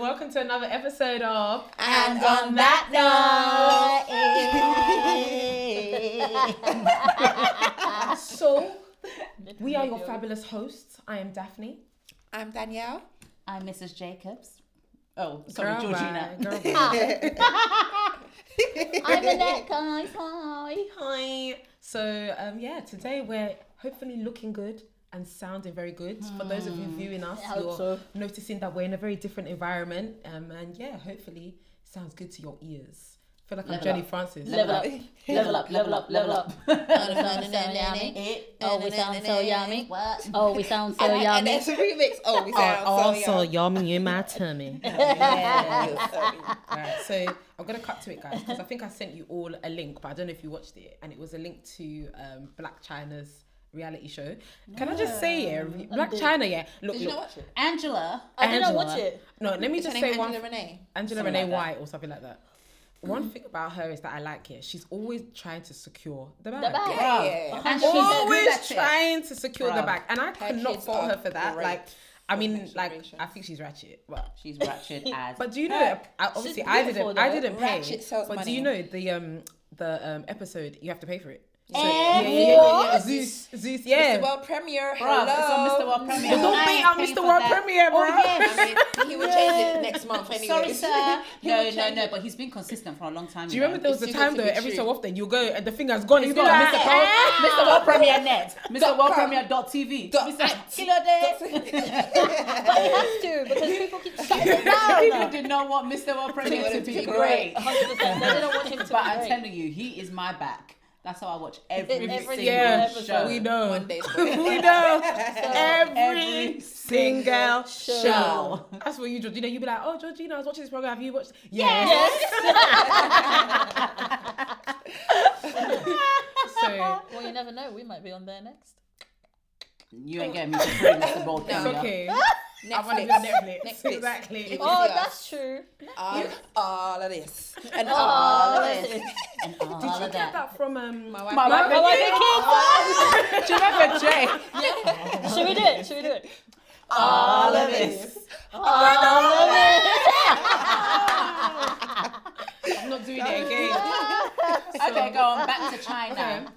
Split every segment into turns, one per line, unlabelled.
welcome to another episode of
And on that note,
So, we are your fabulous hosts. I am Daphne.
I'm Danielle.
I'm Mrs. Jacobs. Oh, sorry,
Girl
Georgina.
bye, girl bye.
I'm Annette, guys. Hi.
Hi. So, um, yeah, today we're hopefully looking good and sounding very good. For those of you viewing us, you're noticing that we're in a very different environment. Um, and yeah, hopefully sounds good to your ears. feel like I'm
Level
Jenny
up.
Francis.
Level up, level up, level up, level up.
we sound so yummy.
Oh, we sound so yummy. What? Oh, we sound so
and, and
yummy.
there's a remix. Oh, we sound so young.
yummy in my tummy.
Yeah, so-
Alright, so I'm gonna cut to it, guys, because I think I sent you all a link, but I don't know if you watched it, and it was a link to um, Black China's reality show. Can I just say, yeah, re- Black China, yeah, look,
Did you
look,
not watch it?
Angela.
I did not watch
Angela.
it.
no, let me
Is her
just
name
say one.
Angela Renee.
Angela
Something
Renee
like
White or something like that. One thing about her is that I like it. She's always trying to secure the bag.
bag.
Yeah.
Yeah,
Bruv.
yeah.
And she's a good
Always
at it.
trying to secure the
Bruv.
bag, and I could not
kids
fault
are
her for that.
great
Like, I mean,
next
like,
generation.
I think she's ratchet, but
She's ratchet as.
But do you know? I, obviously, I
beautiful,
didn't. I
though.
didn't pay.
Ratchet sells
but do you know
money.
the um the um episode? You have to pay for it. So,
Eh,
yeah, yeah, yeah,
what?
yeah, Zeus, Zeus,
Mr.
yeah.
World Premiere.
Bruv, it's on
hello.
Mr. World Premiere.
But don't
I
bait
ain't
out
paying
Mr.
for
World
that. Oh,
Premiere, bro.
I mean, he will change it next month anyway.
Sorry, sir.
He will
No, no,
change
no.
it.
But he's been consistent for a long time.
Do you remember there was
It's
a
too good
time
to
though?
be
Every
true.
so often you go and the finger's gone. You go
Mr.
like,
Mr.
"Eh."
Mr. World Premier Net. Mr. World Premier dot TV.
Dot
Mr.
at.
Kilo Day.
But it has to because people keep shutting it
People
down.
did not want Mr. World Premier to be
Be great.
great.
100%. They didn't want him to
But
be
I'm
great.
telling you, he is my back. That's how I watch every,
In every
single
Yeah,
single
show.
episode.
we know.
One day's
we
worth.
know.
every
every single show.
show.
That's what you, Georgina. You be like, oh, Georgina, I was watching this program. Have you watched? yes. so.
Well, you never know. We might be on there next.
You ain't getting me for free, Mr. Bold.
No.
It's
Premier.
okay. I want to be on
Netflix.
Netflix.
Netflix.
Exactly.
Oh,
Oh,
yeah.
that's true.
All, all of this. And all
Oh,
of
that's
this.
it.
And all
Did you
of
get
that.
that from um,
My wife.
My wife
Oh,
My
and
wife and
kids. Do you remember Jay?
Should we do it? Should we do it?
All of this. All of
I'm not doing it again.
it. Okay, go on. Back to China.
Okay.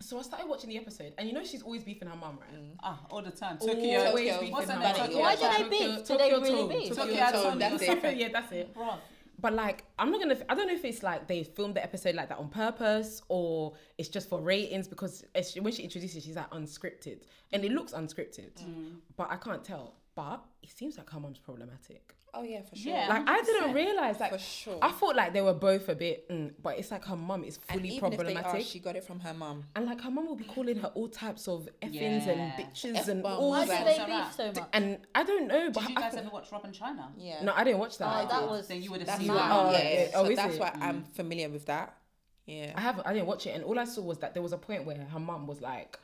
So I started watching the episode, and you know she's always beefing her mum, right?
Ah, all the time. Tokyo.
Tokyo.
Always beefing
What's
her
her
mum.
name?
Tokyo-
Why do
they
Tokyo-
beef? Do
Tokyo
they really
Tone.
beef?
Tokyo
Tokyo
Tone.
Tone,
that's it.
Yeah, that's it.
Bruv.
But like, I'm not gonna. I don't know if it's like they filmed the episode like that on purpose or it's just for ratings because it's, when she introduces, she's like unscripted, and it looks unscripted,
Mm.
but I can't tell. But it seems like her mum's problematic.
Oh, yeah, for sure.
Yeah.
Like I didn't realize. Like
For sure.
I thought like they were both a bit, mm, but it's like her mum is fully
and even if they
problematic.
are, she got it from her mum.
and like her mum will be calling her all types of effings and
Yeah.
bitches and
F-bombs.
all
Why
Why
do
that.
did
they
so
beef
that-
so much?
And I don't know, but
Did you
I
guys
thought-
ever watch Rob and China?
Yeah.
no, I didn't watch that.
Oh, that was
Then you would have
that's
seen
why.
that.
Oh,
yeah.
okay. Oh,
so
is
that's
it?
why I'm familiar with that. Yeah.
I haven't. I didn't watch it, and all I saw was that there was a point where her mum was like,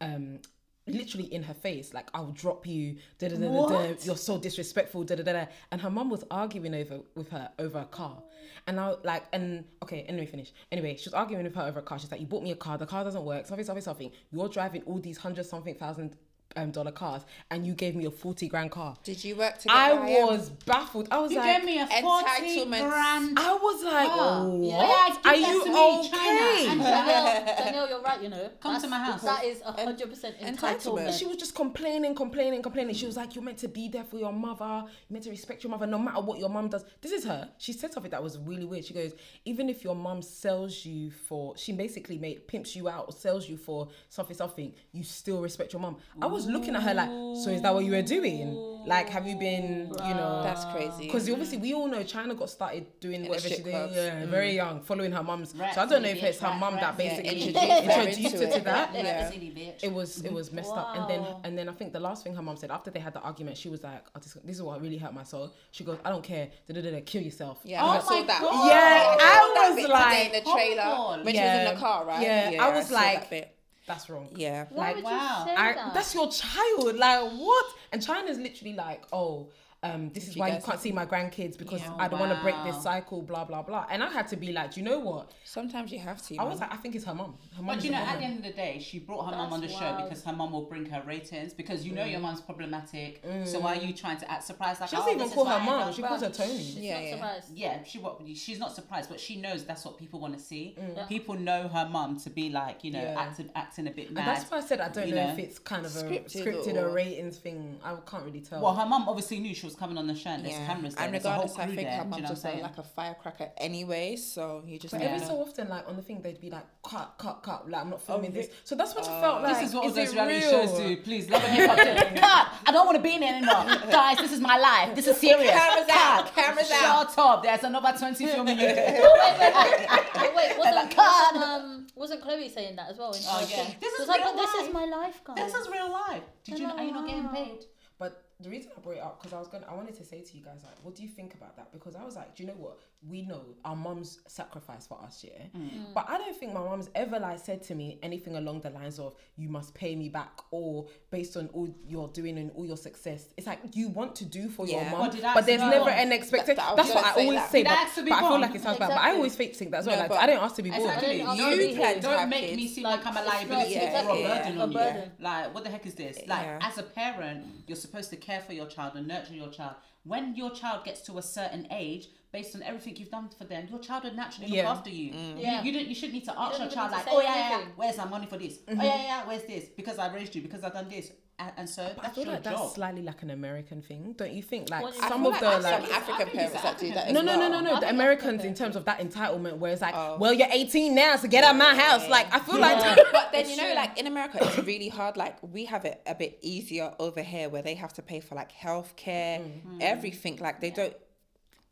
um, literally in her face, like, "I'll drop you." Da da da da. da You're so disrespectful. Da da da da. And her mum was arguing over with her over a car, and I like, and okay, anyway, finish. Anyway, she was arguing with her over a car. She's like, "You bought me a car. The car doesn't work. Something, something, something. You're driving all these hundred something thousand um, dollar cars, and you gave me a forty grand car."
Did you work together?
I was baffled. I was
You
like,
gave me a 40
entitlements.
grand.
I was like,
car.
what?
Yeah,
Are
give that
you
to me,
okay?
China, and
Danielle, Danielle, you're right. You know,
Come to
That's-
my house.
That is hundred percent
But
Entitlement.
entitlement.
she was just complaining, complaining, complaining. She was like, You're meant to be there for your mother. You're meant to respect your mother no matter what your mum does. This is her. She said something that was really weird. She goes, Even if your mum sells you for, she basically made pimps you out or sells you for something, something, you still respect your mum. I was looking at her like, So is that what you were doing? Like, have you been, you know.
That's crazy.
because obviously we all know China got started doing
the
whatever she
strip
did
clubs. Mm.
yeah, very young, following her mum's.
Rats,
so I don't know if
bitch,
it's her
rat,
mum
rat,
that
yeah,
basically
introduced her
introduced
into
her to
it.
that
Yeah.
it was it was messed up and then
Wow.
and then i think the last thing her mom said after they had the argument she was like oh, this, this is what really hurt my soul she goes i don't care Da-da-da-da, kill yourself
Yeah,
Oh
I saw
my
that.
God.
Yeah,
Yeah,
saw
I
that
was
bit
like,
today in the trailer
hold on.
when she was
Yeah.
in the car, right?
Yeah, I was
saw
like-
that bit.
that's wrong
yeah.
Why would you
Like, wow.
say
I,
that?
that's your child like what and china's literally like oh um, this
If
is
you
why you
guys-
can't see my grandkids because
Yeah.
I don't want to break
Wow.
this cycle, blah blah blah. And I had to be like, do you know what?
Sometimes you have to.
I was
man.
like, I think it's her mum. Her mum.
But
is
you
a
know, at the
woman.
end of the day, she brought her mum on the
That's
show
wild.
because her mum will bring her ratings because you know your mum's problematic. So why are you trying to act surprised? Like,
Mm. She doesn't
"Oh,
even
this is
call her
why I
mum,
love
she calls her
brunch."
Tony.
It's
Yeah,
not
yeah.
surprised.
Yeah, she what she's not surprised, but she knows that's what people want to see.
Yeah.
People know her mum to be like you know
Mm. Yeah.
active, acting a bit
And
mad.
that's why I said I don't
you
know, if
know,
it's kind of a
scripted
scripted,
or-
or ratings thing. I can't really tell.
well, her mum obviously knew she was coming on the show. And there's cameras there.
And
there's a whole
regardless,
crew
I think
there.
her
do you know
mum's
what I'm
just
saying?
like a firecracker anyway, so you just
but
never
every
know.
so often, like on the thing, they'd be like, cut, cut, cut. Like I'm not filming
re-
this. So that's what it felt like.
Oh, Uh, this is what all
it
those reality
real?
shows do. Please, love and hip hop. Cut! I don't want to be in there anymore. Guys, this is my life. This is serious.
Cameras out,
Cut.
cameras
Shut
out.
up. There's another 20 filming you can
But wait, wait, wait, But Oh, wait wasn't,
God.
wasn't, um, wasn't Chloe saying that as well? In
Oh,
her
yeah.
thing?
This
She was
is
like,
real
but this
life.
is my life, guys.
This is real life. Did you know? Are you not getting paid?
But the reason I brought it up because I was going, to I wanted to say to you guys like, what do you think about that? Because I was like, do you know what? We know our mums sacrificed for us, yeah.
Mm.
But I don't think my mum's ever like said to me anything along the lines of you must pay me back or based on all you're doing and all your success. It's like you want to do for your
Yeah.
mum,
Well, did I
but
ask to
there's
be
never
born?
an expectation.
That- that I was
That's what
gonna
I
say
always
that.
say,
Did I
but,
ask to be
but I feel
born?
like it sounds bad. But I
Exactly.
always think think that as well.
No,
like
but-
I don't ask to be born.
Exactly.
I don't know.
You
Yeah.
planned to
Don't
have
make me
kids.
seem like I'm a
It's not-
liability
Yeah,
or a
yeah.
burden
A
on you.
burden.
Like, what the heck is this? Like,
Yeah.
as a parent, you're supposed to care for your child and nurture your child. When your child gets to a certain age, based on everything you've done for them, your child will naturally
Yeah.
look after you. You-
Yeah.
You, don't. You should need to ask
don't
your
even
child
need
like,
to
oh
say
yeah, yeah, yeah,
anything.
where's my money for this? Oh yeah, yeah, yeah, where's this? Because I raised you. Because I've done this. And, and so
But I
that's
feel
your
like
job.
that's slightly like an American thing, don't you think? Like
What do you
I
some
feel
of
like
the
there's
like
some African
I think it's
parents that do that
African.
No,
as
no, no,
well.
no,
I
no. The
think that's
Americans,
okay.
in terms of that entitlement, where it's like,
Oh.
well, you're 18 now, so get out my house. Like, I feel like.
but then you know,
true.
like in America, it's really hard. Like we have it a bit easier over here, where they have to pay for like healthcare,
Mm-hmm.
everything. Like they don't.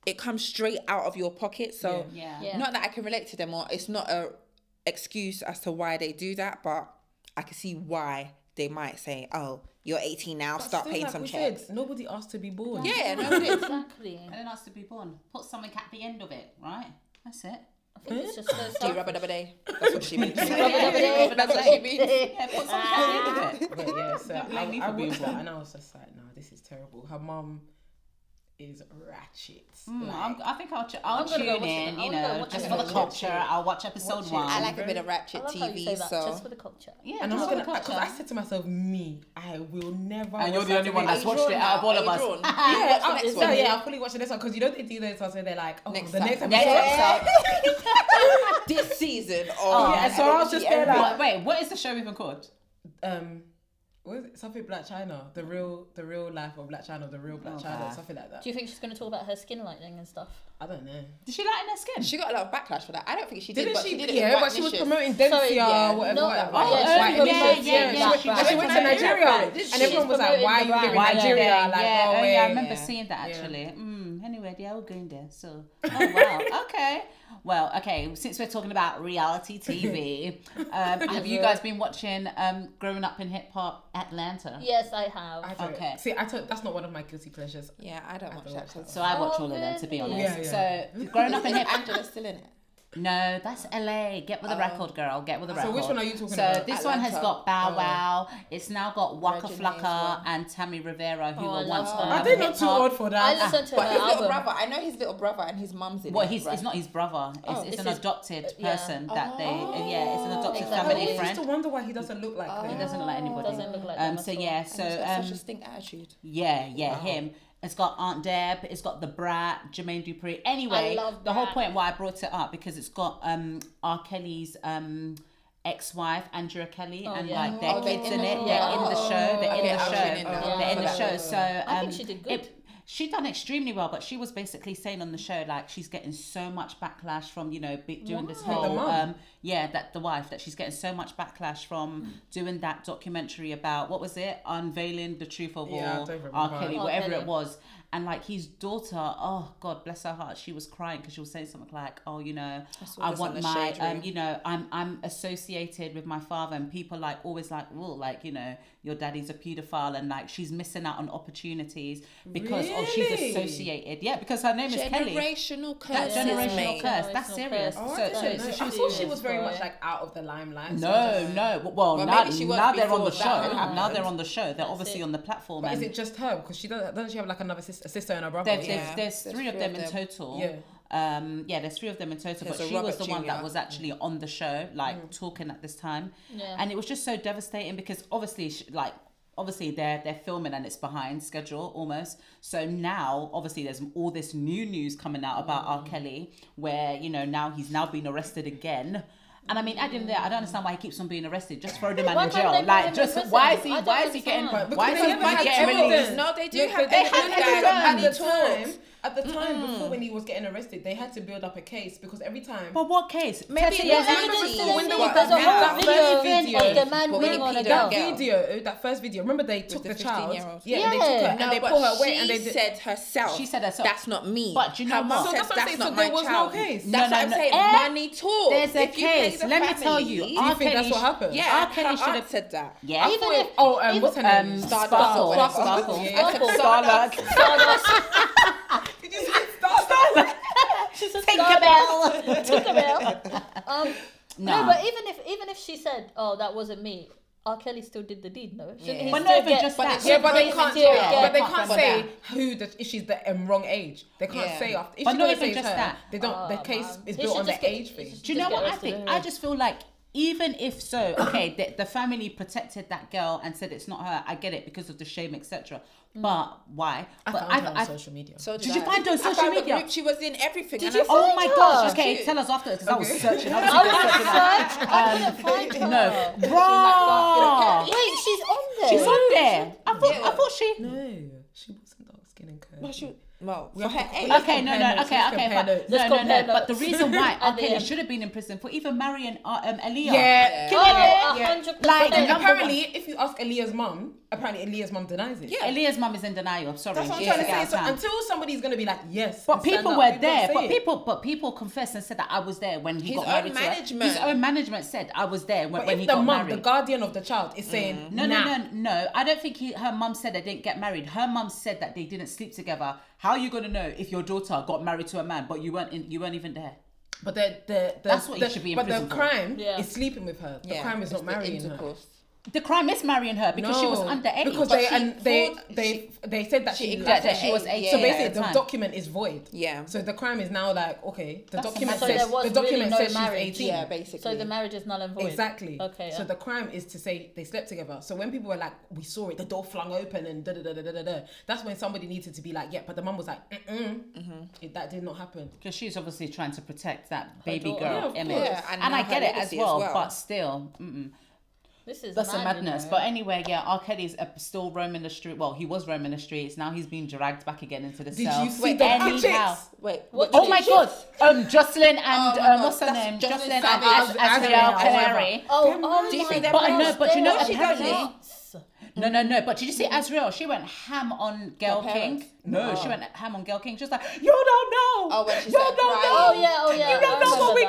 It comes straight out of your pocket. So
Yeah.
Yeah.
not that I can relate to them, or it's not a excuse as to why they do that, but I can see why they might say, "Oh, you're 18 now, start
Still,
paying
like
some
we said,
checks."
Nobody asked to be born.
Yeah, no, it is.
Exactly.
And then asked to be born. Put something at the end of it, right? That's it.
I think it's just so
Do
selfish.
rubber dubber day? That's what she means.
day.
That's what she means.
Yeah, put something at the end of it.
But yeah, so
Don't
I,
blame me
I
for being
watched that
born.
and I was just like, no, this is terrible. Her mum is ratchet.
Mm,
Like,
I'm, I think I'll, ch- I'll
I'm gonna
tune
go watch it.
in,
I'm
you
gonna
know,
watch
just
it.
for the
Watch
culture.
it.
I'll watch episode
Watch it.
one.
I like a bit of ratchet
I love how you say
TV,
that,
so
just for the culture.
yeah,
and I'm not
just for the
gonna, because I
culture.
said to myself, me, I will never.
And you're
watch
the only
that
one
thing.
that's watched it out of all of us.
Yeah,
Yeah,
I'll-
next
Oh, so
one.
yeah, I'm fully watching this one because you know they do those ones where they're like, oh,
Next
the
time.
next
Next
episode.
episode. this season. Oh,
Yeah, so I was just there like,
What- wait, what is the show even called?
um what is it? something Black China, the real the real life of Black China, the real Black
Oh,
China,
God.
something like that.
Do you think she's going to talk about her skin lightening and stuff?
I don't know.
Did she light in her skin?
she got a lot of backlash for that. I don't think she did,
Didn't
but
she?
she, did it.
yeah,
in
but she was
White
promoting Dentsia,
Sorry, yeah.
whatever,
No,
whatever.
oh,
It's
yeah,
like
she was-
emissions,
yeah,
yeah,
yeah,
she went-
yeah,
And she
yeah,
went
yeah,
to Nigeria,
yeah,
and
yeah.
everyone was like,
She's
"Why are you
promoting
living in
the brand.
Nigeria?"
yeah,
Like,
yeah,
go
oh,
away.
yeah, I remember
Yeah.
seeing that
Yeah.
actually. Mm, anyway, yeah, we're going there. So, oh wow, okay. Well, okay. Since we're talking about reality TV, um, have you guys been watching um, Growing Up in Hip Hop Atlanta?
Yes, I have.
I don't-
Okay.
See, I don't, that's not one of my guilty pleasures.
Yeah, I don't watch
don't
that.
watch
'cause-
So I watch
Oh,
all of them to be
really?
honest.
Yeah,
So growing up in
Isn't
hip
Angela's still in it?
No, that's LA. Get with the record, girl. Get with the record.
which one are you talking
so
about?
this one has
Atlanta.
got Bow Wow. It's now got Waka
Virginia as
Flocka
well.
and Tammy Rivera, who
Oh, I
were once
love
on
her.
Are
Are
they
they
not too old for
I
that?
listened to
But
her
his little
album.
brother, I know his little brother and his mum's in
Well,
it.
he's
right?
it's not his brother. It's,
Oh.
it's,
It's
an
his-
adopted
yeah.
person that they. Yeah, it's an adopted
Exactly.
I
family
always used to
friend.
wonder why he doesn't look like
He
them.
doesn't look like anybody.
Doesn't look like
um,
them
so
at all.
yeah,
And
so
And he's got
um,
such a stink attitude.
Yeah, yeah, him. It's got Aunt Deb. It's got the brat, Jermaine Dupri. Anyway,
I love
the whole
Brat.
point why I brought it up because it's got um R. Kelly's um ex-wife Andrea Kelly and
yeah.
like their
Oh,
kids
they're
in
in
it.
it. Oh,
They're in the show. They're in
Okay,
the
I'll
show.
tune in now
They're in
for
the
that.
show. So um,
I think she did good.
it- she done extremely well, but she was basically saying on the show like she's getting so much backlash from you know be- doing this
Why? The
whole
mum?
um yeah that the wife that she's getting so much backlash from doing that documentary about what was it unveiling the truth of
Yeah, I
all
don't remember.
R Kelly
R.
whatever
Kelly.
it was and like his daughter oh god bless her heart she was crying because she was saying something like oh you know
saw
I
this on
want
the
my
Shade
um
Room.
you know I'm I'm associated with my father and people like always like well like you know your daddy's a pedophile and like she's missing out on opportunities because or she's
Really?
associated. Yeah, because her name is Kelly.
Generational
That
curse.
curses,
generational
mate.
curse.
No,
That's
it's not
serious.
curse.
Oh,
So,
I,
so,
didn't
so
know.
she
I thought
was
she
always
was very
boy.
much like out of the limelight. so I
no,
don't know.
no. Well,
Well,
now,
maybe she was
now they're on the
before
show.
that
Now they're
happened.
on the show. They're obviously
it.
on the platform.
But is
and
it just her? Because she doesn't. Doesn't she have like another sis- a sister and a brother?
There,
or something?
there's,
Yeah,
there's
there's
three of
three
them
of
in
them.
total.
Yeah.
Um, yeah, there's three of them in total,
There's
but
a
she was
Robert
the one that
Jr..
was actually on the show, like talking at this time,
Yeah.
and it was just so devastating because obviously, she, like, obviously they're they're filming and it's behind schedule almost. So now, obviously, there's all this new news coming out about R. Kelly, where you know now he's now been arrested again. And I mean, adding there, I don't understand why he keeps on being arrested. Just throw the man
Why
in
can't
jail.
they put him
Like,
in
just
prison?
why is he?
I don't
Why is he getting?
understand.
Why
Because
is
they
he
never had
getting
evidence.
released?
No, they do
Look,
have.
they
They
had
have
evidence. at
guys
the
on the
time.
talks.
At the time before when he was getting arrested, they had to build up a case because every time.
But what case?
Maybe
Tessie
it was
Evans-
evidence.
There's
Windows
a
was
down.
whole
Very
video of
video.
the man
But
winning
when
on
he
a
peed
girl.
on
that
girl.
video, that first video. Remember they took
the
the, child.
15-year-old.
Yeah, and they took
Yeah.
her and
No,
they
but
put her away
she
and they did.
said herself.
She said herself.
That's not me.
But do you know
Her mum
what?
says
So that's what I'm
that's
saying, so
not
there
my
was no
child.
case.
That's
No,
what I'm
no,
saying.
no.
Money talk.
There's a
If you pay
case.
the
Let me tell
family-
you.
Do
R.
you think
Kelly
that's what
sh-
happened?
Yeah,
R. Kelly
her
should've-
aunt said that.
Yeah.
Even
Wait,
if
oh, um,
even-
what's her name?
Um,
Star-
Sparkle.
Sparkle.
Sparkle.
Yeah.
Sparkle.
Starlight.
Did you see Star?
She's a
Tinkerbell.
Tinkerbell. Um,
Nah.
No, but even if even if she said, "Oh, that wasn't me," R. Kelly still did the deed, no? Shouldn't he
But
still
no, but
get-
just that.
Yeah, but they
Yeah,
can't.
yeah,
Yeah, but they
apart
can't
from
say who the if she's the um, wrong age. They can't
Yeah.
say after. If
But
she's
not
gonna
even
say it's
just
her,
that.
They don't. the
Oh,
case
man.
is
He
built
should
on the
just get-
age
he
thing.
should
Do you know
just get
what I
arrested,
think?
anyway.
I just feel like even if so, okay, the, the family protected that girl and said it's not her. I get it because of the shame, etc. But why?
Mm. I
but
found her on social media.
So
Did you
that-
find her on
I
social
found the
media?
group She was in everything.
Did
and
you
I-
Oh
find
my
her?
gosh! Okay,
Cute.
tell us afterwards because I was searching. I
I
was
wouldn't
searching out.
search. Oh, I wouldn't find her.
um, No, bro,
Wait, she's on there.
she's on there. I thought, I thought she.
No, she wasn't dark skin and curly.
Well, she- Well,
We
for
have
her
to-
age.
Let's
Okay, no,
compare
no,
notes,
okay,
let's
okay,
compare
fine.
notes.
No,
Let's
no,
compare
no. But the
notes.
reason why R.
At the
Kelly
end.
should have been in prison for even marrying uh, um, Aaliyah.
Yeah.
Can
Oh,
you imagine?
a
Yeah.
hundred
Like,
percent.
number
apparently, if you ask Aaliyah's mum, apparently Aaliyah's mum denies it.
Yeah.
Aaliyah's mum is in denial. Sorry,
That's what I'm
She
trying
has
to say.
get
So
out of town.
until somebody's gonna be like, yes,
but
and stand
people
up,
were
you don't
there.
say
But
it.
people, but people confessed and said that I was there when he
His
got
own
married. to her.
management.
His own management said I was there when,
But
when he
if the
got
mum, the
married. Mm-hmm.
guardian of the child, is saying,
no,
nah,
no, no, no. I don't think he, her mum said they didn't get married. Her mum said that they didn't sleep together. How are you gonna know if your daughter got married to a man but you weren't in, you weren't even there?
But the, the, the
That's what you
the,
should be in
But the
prison for.
crime
Yeah.
is sleeping with her. The
Yeah,
crime is
it's
not
the
marrying her.
intercourse.
The crime is marrying her because she was
No,
underage.
Because
But
they
she
and they
thought-
they they said that she,
she
lied.
that, that she was
Yeah.
eight.
So
at
basically, the
time.
document is void.
Yeah.
So the crime is now like okay, the
That's
document
amazing.
says
So
there was
the document
really no
says
marriage.
she's eighteen.
Yeah, basically.
So the marriage is null and void.
Exactly.
Okay.
So
yeah.
the crime is to say they slept together. So when people were like, we saw it, the door flung open and da da da da da da. da. That's when somebody needed to be like, yeah. But the mum was like, mm mm, It- that did not happen.
Because she's obviously trying to protect that baby
daughter.
Yeah,
girl
of
image.
course.
Yeah,
and
and
I
now
get
her
it as
legacy as
well,
well.
but still, mm-mm.
this is
that's a
mad, you
madness.
know.
But anyway, yeah, R. Kelly's uh, still roaming the street. Well, he was roaming the streets. Now he's being dragged back again into the
Did
cell.
you see
Wait,
the
anyhow.
pictures?
Wait,
What
Oh
did
my
you-
god! Um, Jocelyn and
Oh my
um,
God,
what's her
that's
name?
Jocelyn
Jocelyn and
Savage.
As-
As-
Azriel
Azriel.
Canary.
Oh,
They're
oh
mad.
Do you
my
think they're
But I
gosh,
know, but you
they
know,
are
apparently-
nuts.
No, no, no. But did you see Azriel? She went ham on Gail
Her
King.
parents?
Mm-hmm. No, she went ham on Gail King. She was like, you don't know.
Oh, when she
you
started
don't know.
crying.
Oh yeah, oh yeah.
You
I
don't know
remember
what we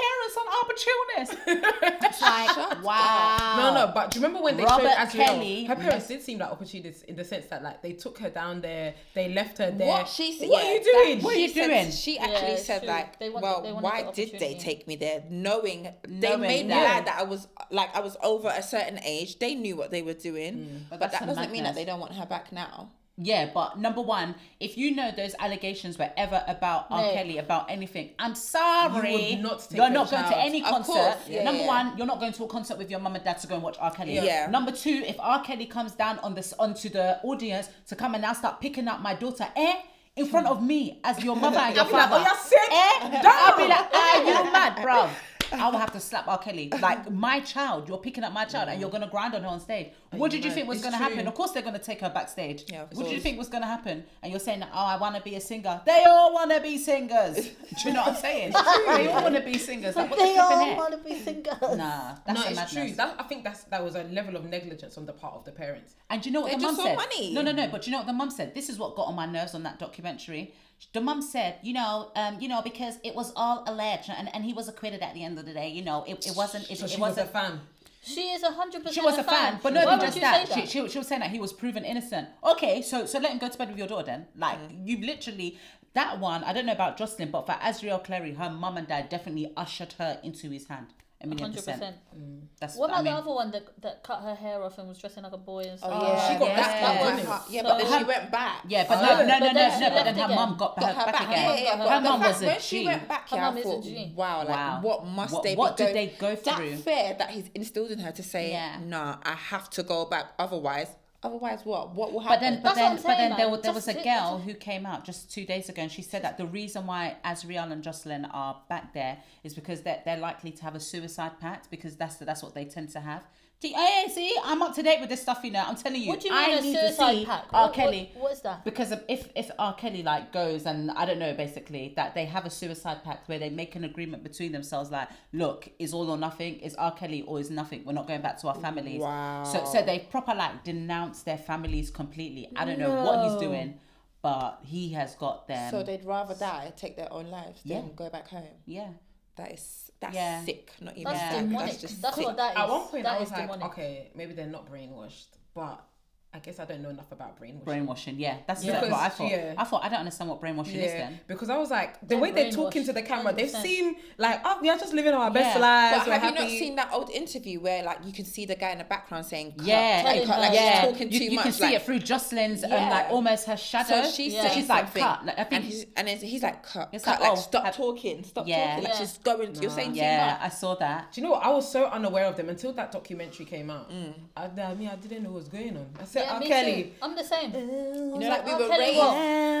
that.
go through. Our parents on opportunists. It's like, wow.
No, no, but do you remember when they
Robert
showed Azriel?
Kelly-
her parents did seem like opportunists in the sense that like they took her down there, they left her there.
What she said.
What are you doing?
What are you doing?
She actually
it's
said
true.
like,
They wanted-
well,
they wanted
why
the
did they
opportunity.
take me there, knowing, they
Knowing
made me
that-
lie that I was like I was over a certain age. They knew what they were doing,
Mm.
but,
that's
that
a
doesn't mean
madness.
that they don't want her back now.
Yeah, but number one, if you know those allegations were ever about R.
No.
Kelly, about anything, I'm sorry.
You would not take
are
your
not going to
child.
any
Of
concert.
course, yeah,
number
yeah.
one, you're not going to a concert with your mum and dad to go and watch R. Kelly.
Yeah.
Number two, if R. Kelly comes down on this onto the audience to come and now start picking up my daughter, eh? In front of me as your mother and your
be like, "Oh,
father.
you're sick.
Eh? I'll be like, are you mad, bruv? I will have to slap R. Kelly. Like my child, you're picking up my child and you're gonna grind on her on stage. What did you
mad?
think was
It's
gonna happen?
true.
Of course they're gonna take her backstage.
Yeah, of
what did you
course.
think was gonna happen? And you're saying, Oh, I wanna be a singer. They all wanna be singers. Do you know what I'm saying? they all wanna be singers. Like, what the
They
flipping
all
heck?
want to be singers.
Nah, that's
no,
a
it's
madness.
true. That, I think that's that was a level of negligence on the part of the parents.
And do you know what
They
the mum
just want
said?
money.
No, no, no. But do you know what the mum said? This is what got on my nerves on that documentary. The mum said, you know, um, you know, because it was all alleged, and, and he was acquitted at the end of the day. You know, it, it wasn't. It,
So
it
she was
wasn't.
a fan.
She is hundred percent.
She was a fan, but
Why
no,
would
just
you
that.
say
She, she, she was saying that he was proven innocent. Okay, so so let him go to bed with your daughter then. Like you literally that one. I don't know about Jocelyn, but for Azriel Clary, her mum and dad definitely ushered her into his hand. A million
Hundred
percent.
percent.
That's
What
what
about
I mean.
the other one that that cut her hair off and was dressing like a boy and
Oh,
stuff?
yeah,
she got
yeah.
that
yeah.
one,
Yeah,
didn't
yeah, but then
So-
she went back.
Yeah, but
Oh,
no, no,
but
no,
then
no,
she
no. But
left
then her
again.
mum got,
got
her back,
Yeah,
again.
yeah,
Her
but
mum
the fact
was a
when she
G.
went back,
Her
yeah,
mum
I
is a
thought,
G.
wow, like
Wow.
what must
What-
they? be
what did
going-
they go through?
That fear that he's instilled in her to say,
Yeah.
nah, I have to go back, otherwise, otherwise, what? What will happen?
But then, but
That's what
then,
I'm
but
saying,
then there
like,
was there was
just
a
sit-
girl who came out just two days ago, and she said that the reason why Azriel and Jocelyn are back there is because they're, they're likely to have a suicide pact because that's that's what they tend to have. Do- Oh yeah, see, I'm up to date with this stuff, you know. I'm telling you.
What do you mean
I
a
need
suicide
to see
pact?
R.
What-
Kelly.
what- what is that?
Because of- if if R. Kelly like goes and I don't know, basically that they have a suicide pact where they make an agreement between themselves, like, look, is all or nothing, is R. Kelly or is nothing. We're not going back to our families.
Wow.
So so they proper like denounce their families completely. I don't know what he's
No.
doing, but he has got them.
so they'd rather die, take their own lives, than
Yeah.
go back home.
yeah.
That is that's
Yeah.
sick. Not even
That's
sick,
demonic.
That's
That's,
just sick.
what that is.
At one point,
that
I was
is
like,
demonic.
okay, maybe they're not brainwashed, but I guess I don't know enough about brainwashing.
Brainwashing, yeah. That's
Yeah.
exactly what I
Because-
thought.
yeah.
I thought I don't understand what brainwashing is
Yeah,
then.
because I was like, the
They're
way they're talking
brainwashed,
to the camera, they
100%.
seem like, oh, we are just living our best
Yeah.
lives.
But
we're
have
happy.
you not seen that old interview where like you can see the guy in the background saying, cut,
Yeah,
cut,
Telling
cut,
her.
like
yeah,
she's talking
you,
too
you
much.
can see
like,
it through Jocelyn's um,
Yeah.
like almost her shadow.
So she's
Yeah.
saying
she's like
something,
cut. Like, I
and,
think
he's, and then he's like cut,
It's
cut,
like,
like,
oh,
stop
have-
talking, stop
Yeah.
talking. Like
Yeah.
she's going, you're saying
yeah,
too much.
I saw that.
Do you know what? I was so unaware of them until that documentary came out. I, I mean, I didn't know what was going on. I said,
Mm. Yeah,
R.
me
Kelly.
too. I'm the same.
You know, like we
I'll
were
tell you
raised.
what.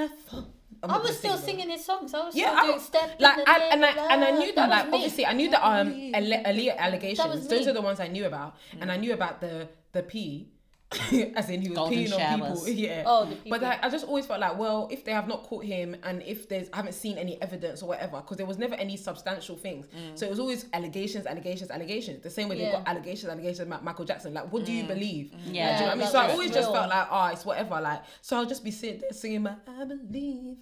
I'm
I
not
was
gonna
still
sing them.
singing his songs. I was
Yeah,
still
I,
doing step
like
in the
I, and I
name of
and I
love.
knew that,
was
like
me.
obviously I knew that um Ale- Aaliyah allegations. Those
me.
are the ones I knew about, and I
Mm.
knew about the the pee, as in he was
Golden
peeing on
showers.
people. Yeah.
Oh, the
But
people.
like, I just always felt like, well, if they have not caught him, and if there's I haven't seen any evidence or whatever, because there was never any substantial things.
Mm.
So it was always allegations, allegations, allegations. The same way they've
Yeah.
got allegations, allegations about Michael Jackson. Like, what do
Mm.
you believe?
Yeah.
Do you know what I mean?
Yeah,
So I
that's
always just
real.
felt like, oh, it's whatever. Like, so I'll just be sitting there singing my I believe.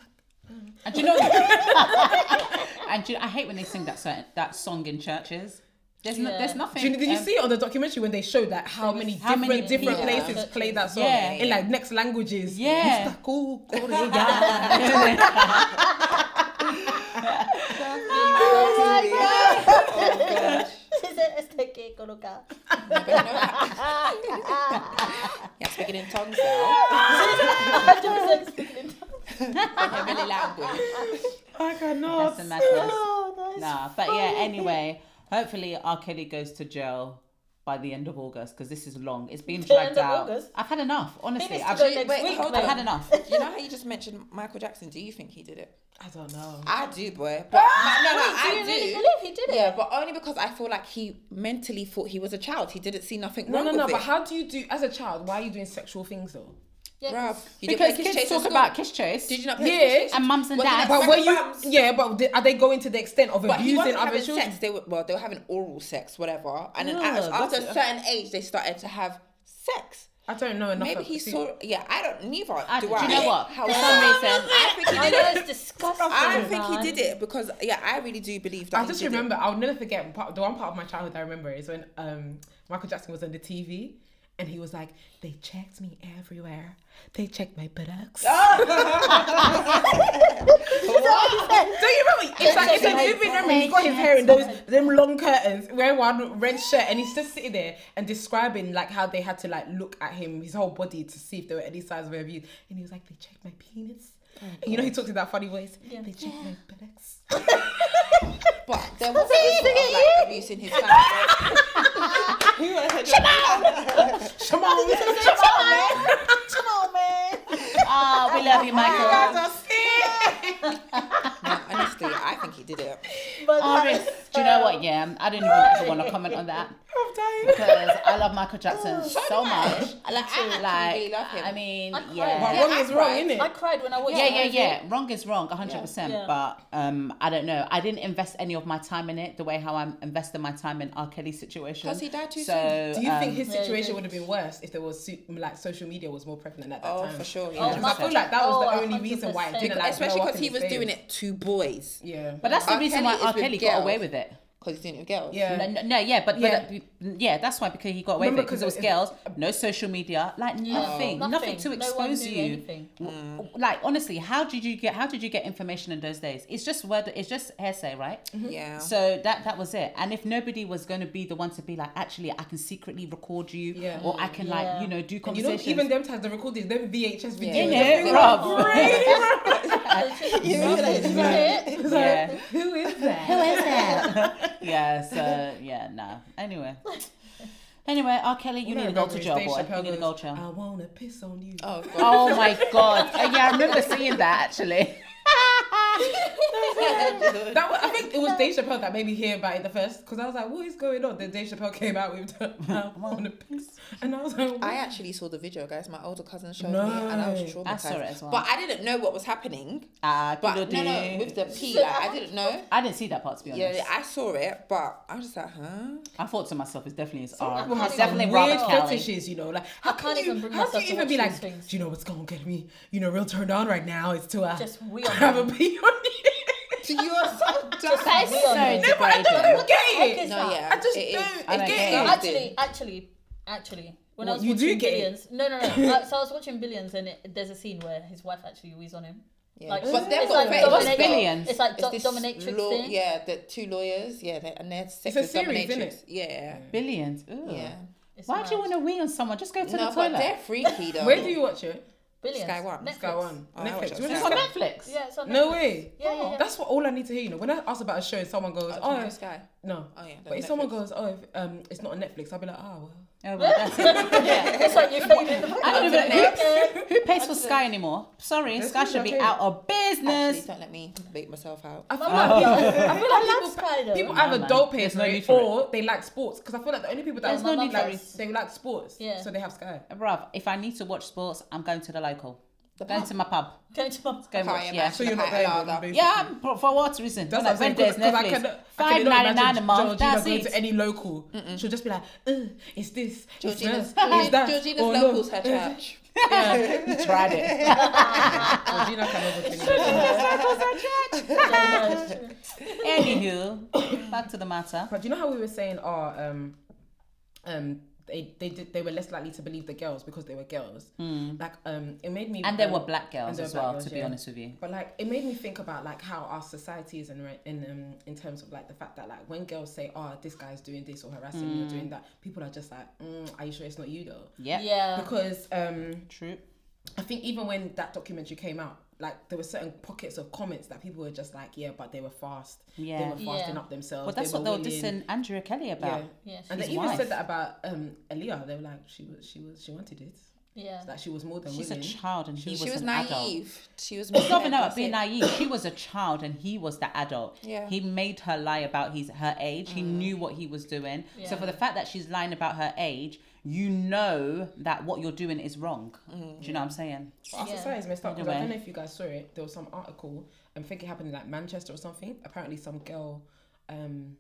And do you know, and do you, I hate when they sing that certain, that song in churches. There's no,
Yeah.
there's nothing.
Do you, did you
um,
see on the documentary when they showed that how many
how
different
many
different
people-
places play that song
Yeah.
in like next languages?
Yeah.
Mr. Cool, Korea.
Oh
She said, "Este que coloca."
But you know, like, you're speaking in tongues now.
I just like-
Heavenly language.
I cannot.
That's a madness.
Oh, that is
Nah, but yeah. Anyway, hopefully R. Kelly goes to jail by the end of August because this is long. It's been
The
dragged
end of
out.
August?
I've had enough. Honestly,
needs
I've,
to go
ju-
next
wait,
week,
hold
I've
mate.
had enough.
You know how you just mentioned Michael Jackson? Do you think he did it?
I don't know.
I do, boy. But no, no,
Do
I
you
do.
really believe he did it?
Yeah, but only because I feel like he mentally thought he was a child. He didn't see nothing
No,
wrong
no, no.
with
But
it.
how do you do as a child? Why are you doing sexual things though?
Yeah,
Bruv,
'cause-
you didn't
Because
play kiss
kids
chase in
talk
school?
about kiss chase.
Did you not play
Yeah.
kiss chase?
And mums and
Wasn't
dads.
that
But
Like
were you?
bums.
Yeah, but di- are they going to the extent of
But he
abusing
wasn't
other
having
children?
sex. They were well, they were having oral sex, whatever. And then
Ugh,
after, after a
that's-
certain age, they started to have sex.
I don't know enough.
Maybe
of-
he
see-
saw. Yeah, I don't. Neither
I-
do
do
I.
you know what?
How-
For some reason-
I think he
I
did
know
it.
it's disgusting.
I think he
man.
did it because yeah, I really do believe
I
that. he
just
did it.
remember, I'll never forget part, the one part of my childhood I remember is when um, Michael Jackson was on the TV and he was like, They checked me everywhere. They checked my buttocks. Do you remember? It's like it's a vivid memory. He got his hair in those them long curtains, wearing one red shirt, and he's just sitting there and describing like how they had to like look at him, his whole body to see if there were any signs of abuse. And he was like, They checked my penis. And you know he talked in that funny voice. They checked my buttocks.
But there was a sort of like abuse in his family. Shut
Come on,
Come on, man.
Ah, we love you, Michael.
No, honestly, I think he did it.
But
Honest. Do you know what? Yeah, I didn't even actually want to comment on that because I love Michael Jackson so, much.
Like, I
Like,
actually really love him.
I mean,
I cried.
But
yeah.
wrong is wrong,
Yeah,
innit?
I cried when I watched
Yeah,
it.
yeah, yeah. Wrong is wrong, 100%.
Yeah.
But um, I don't know. I didn't invest any of my time in it the way how I'm investing my time in R. Kelly's situation.
'Cause he died too
so,
soon.
Do you
um,
think his
yeah,
situation
yeah.
would have been worse if there was so- like social media was more prevalent at that
Oh,
time?
for sure.
Oh,
Yeah.
Because I feel like that was
Oh,
the only reason why it
100%.
didn't like
Especially
blow up
because
in
he
his
was
face.
doing it to boys.
Yeah,
But that's the
R.
reason
Kelly
why
is
R.
with
Kelly got
girls.
away with it.
because he's doing it with girls.
Yeah.
No, no, yeah, but
Yeah.
yeah. yeah, that's why because he got away
Remember,
with it because it
'cause
was girls, no social media, like nothing, nothing, to
No one
expose
knew
you.
anything.
W- Like honestly, how did you get how did you get information in those days? It's just word, it's just hearsay, right?
Yeah.
So that that was it. And if nobody was going to be the one to be like, actually, I can secretly record you,
Yeah.
or I can
Yeah.
like you know do
You know,
conversations.
even them times the recordings, them VHS videos.
Yeah.
It was
Bruv.
It's just-
know, like,
Isn't
like-
it?
It's like,
yeah,
who is that?
who is that? yeah, so yeah, nah. Anyway, anyway, R. Kelly, you need to go to jail, boy. You need to go to jail.
I wanna piss on you.
Oh, God.
Oh my god! Uh, yeah, I remember seeing that actually.
That was, I think it was Dave Chappelle that made me hear about it the first because I was like, what is going on? Then Dave Chappelle came out with the, I wanna piss, and I was like,
I actually saw the video, guys. My older cousin showed me,
No.
and I was
I
traumatized.
I saw it as well.
But I didn't know what was happening.
Ah,
But no,
doodle-doo.
no, with the P, like, I didn't know.
I didn't see that part to be honest.
Yeah, I saw it, but I was just like, huh?
I thought to myself, it's definitely his
Some
R.
people
It's
have
definitely
some
Robert
weird
Kelly.
fetishes, you know. Like, how can
can't
you,
even bring
how do
myself
you
to
even be
watch
like,
these things.
do you know what's gonna get me, you know, real turned on right now? It's to uh,
Just we are
have a
men.
pee on you.
You are so dumb.
Guys,
So
sorry.
No, but I don't
degrading.
even get
heck
it.
is
No,
that?
yeah.
I just
it is.
don't.
I
I
don't
get it.
get
it.
I
That's
actually, actually, actually, when I
What,
was
you do
watching
get it?
Billions, no, no, no. uh, so I was watching Billions, and it, there's a scene where his wife actually wheezes on him.
Yeah.
Like,
but they've
it's
got
like
very-
What's
dominatrix-
Billions?
It's like
It's
do-
this
dominatrix
law-
thing.
Yeah, the two lawyers. Yeah, they, and they're sex
a
is
series,
dominatrix.
isn't it?
Yeah,
Billions. Ooh.
yeah.
It's
Why do you
mad.
want to wee on someone? Just go to
No,
the
but they're
toilet.
freaky though.
Where do you watch it?
Billions.
Sky One.
Netflix.
Sky One,
Oh, I
Netflix.
watch it
You
on
know
It's
Sky.
on
Sky-
Netflix.
Yeah, it's on
No
Netflix.
way.
Yeah, yeah, yeah.
That's what all I need to hear. You know, when I ask about a show, and someone goes,
Oh,
"Oh,
do you know
it's-
Sky.
no."
Oh, yeah,
But if
Netflix.
someone goes, "Oh, if, um, it's not on Netflix," I'll be like, "Ah, well."
Oh, well, that's it.
That's what you thought in the
I don't even
book.
who, who pays for Sky anymore? Sorry,
This
Sky
is
should be
okay.
out of business.
Actually, don't let me bait myself out.
I feel like people, I feel like
I
people
love Sky though.
People
No,
either
man.
don't pay
There's
for
no
it
need for
or they like sports because I feel like the only people that
There's no
like
need for
it.
they like sports,
Yeah.
so they have Sky.
Bruv, if I need to watch sports, I'm going to the local.
The
Going
pub.
to my pub.
Going to mum's.
Go
Can't
and watch, yeah.
imagine
So you're
a
not
party
there,
like
then,
that.
basically.
Yeah, but for what reason?
That's
like
what I'm saying.
when there's
Because I
Netflix.
cannot, I
Five
cannot
ninety nine
imagine
a month.
Georgina
That's
going
it.
to any local. She'll just be like, "Ugh, it's this, it's that,
Georgina's,
it's that.
Georgina's
oh, no.
locals her church.
Yeah, tried it.
Georgina can overthink. it.
Anywho, back to the matter.
But do you know how we were saying, oh, um, um, they they did they were less likely to believe the girls because they were girls. Like, um, it made me
Hmm. And there
um,
were black girls
there
as
were black
well,
girls,
to be
yeah.
honest with you.
But like, it made me think about like how our society is in re- in um, in terms of like the fact that like when girls say, "Oh, this guy's doing this or harassing me or doing that," people are just like, mm, "Are you sure it's not you though?"
Yeah.
Yeah.
Because um,
True.
I think even when that documentary came out, like there were certain pockets of comments that people were just like, "Yeah, but they were fast. they
Yeah.
were fasting
Yeah.
up themselves.
But that's
they were
what they were
willing."
dissing Andrea Kelly about.
Yeah.
Yeah,
And they
his
even
wife.
said that about um Aaliyah. They were like, she was, she was, she wanted it.
Yeah.
Like she was more than
She's a
willing.
child and he
She
was,
was
an adult.
naive. She was.
It's not even
mad,
about
that's
being
it.
naive. She was a child and he was the adult.
Yeah. Mm.
He made her lie about his her age. He knew what he was doing. So for the fact that she's lying about her age, you know that what you're doing is wrong. Do
Mm-hmm.
you know what I'm saying?
Our
Yeah.
society's messed up 'cause I
Anyway.
don't know if you guys saw it. There was some article. I think it happened in like Manchester or something. Apparently, some girl um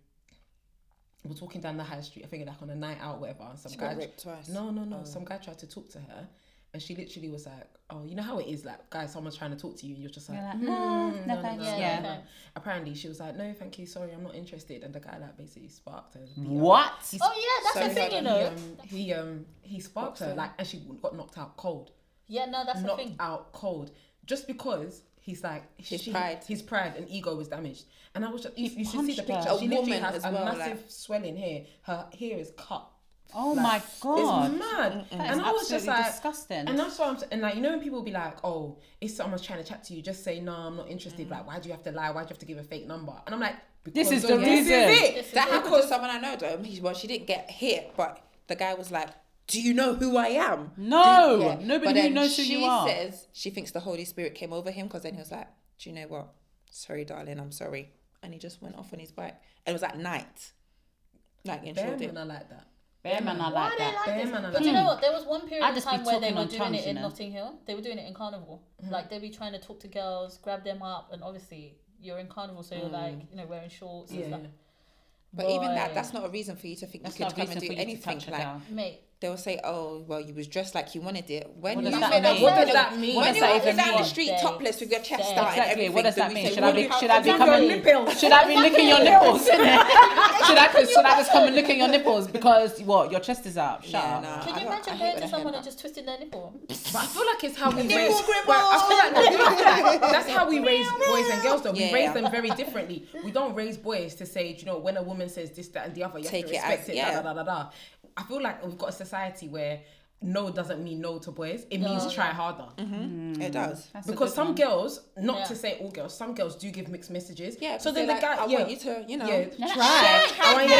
was walking down the high street. I think like on a night out, whatever. And some
She
guy.
got ripped twice.
No, no, no. Some guy tried to talk to her, and she literally was like, "Oh, you know how it is, like, guys, someone's trying to talk to you, and you're just like."
You're like, no,
Mm-hmm.
"Mm,
no, thanks. Yeah.
okay.
Apparently, she was like, "No, thank you, sorry, I'm not interested." And the guy like basically sparked her. um, beat her.
What?
Oh yeah, that's
Sorry,
the thing, you
madam.
know.
He um he um he sparked her like, and she got knocked out cold
Yeah, no, that's the
knocked
thing.
out cold just because he's like
His
she-
pride.
his pride and ego was damaged. And I was just you, you should see the
punched her.
picture.
A
She literally
woman
has
as
a
well,
massive
like-
swelling here. Her hair is cut.
Oh my god.
It's mad.
That is
And I was just
absolutely
like
disgusting.
And that's what I'm saying. And like you know when people be like, Oh, it's someone's trying to chat to you, just say no, I'm not interested. Like, why do you have to lie? Why do you have to give a fake number? And I'm like,
Mm. This
because
is the
you're- this
reason.
is it.
This is
That
it.
happened to someone I know though. He- Well, she didn't get hit, but the guy was like, "Do you know who I am?"
No,
Do you-
nobody
But
who
then
knows who
she
you are.
Says she thinks the Holy Spirit came over him because then he was like, "Do you know what? Sorry, darling, I'm sorry," and he just went off on his bike. And it was at night, like in
Bare
Shoreditch.
men are like that.
Bare men are
Why
like
they
that.
like
Bare
this?
man and
But
a
you
half.
know what? There was one period
I
of
just be
time where they
talking
were
on
doing
tongues,
it
you
in
know.
Notting Hill. They were doing it in Carnival. Like they'd be trying to talk to girls, grab them up, and obviously you're in Carnival, so you're like you know wearing shorts and
Yeah.
stuff.
But even that,
Boy.
that's not a reason for you to think
That's
you
not
could
a
come and
reason
do
for you to
anything.
touch her
Like,
down.
mate.
They'll say, "Oh, well, you was dressed like you wanted it." When
What
you
does that
men are
mean?
What does
walking-
that mean?
When
What
you
does that
walking
even
down the
mean?
street
Day.
topless with your chest
Day.
out and
Exactly.
everything,
What does that
we
mean?
say,
Should I
"Well,
be
you have
should I be
Look
coming?
at your nipples.
Should I be licking your nipples? should I co- should I just come and look at your nipples because what your chest is up? Shut
Yeah,
up.
nah.
Could
I don't- I
you imagine
hate when
going to
I hear
someone
that.
and just twisting their nipple?
But I feel like it's how we raise.
Nipple grip
well, I feel like, I feel like that- that's how we raise boys and girls. Though we
Yeah.
raise them very differently. We don't raise boys to say, do you know, when a woman says this, that, and the other, you
Take
have
it
to respect
as-
it.
yeah.
da, da, da, da, da. I feel like we've got a society where no doesn't mean no to boys. It means try harder.
Mm-hmm. It does.
Mm. That's a
Because
good
some
one.
girls, not
Yeah.
to say all girls, some girls do give mixed messages.
Yeah.
So then
because
the
they're
guy,
like, I
yeah,
want you to, you know,
yeah,
No, no,
try.
share
I want you
how much
to, I want
you
you,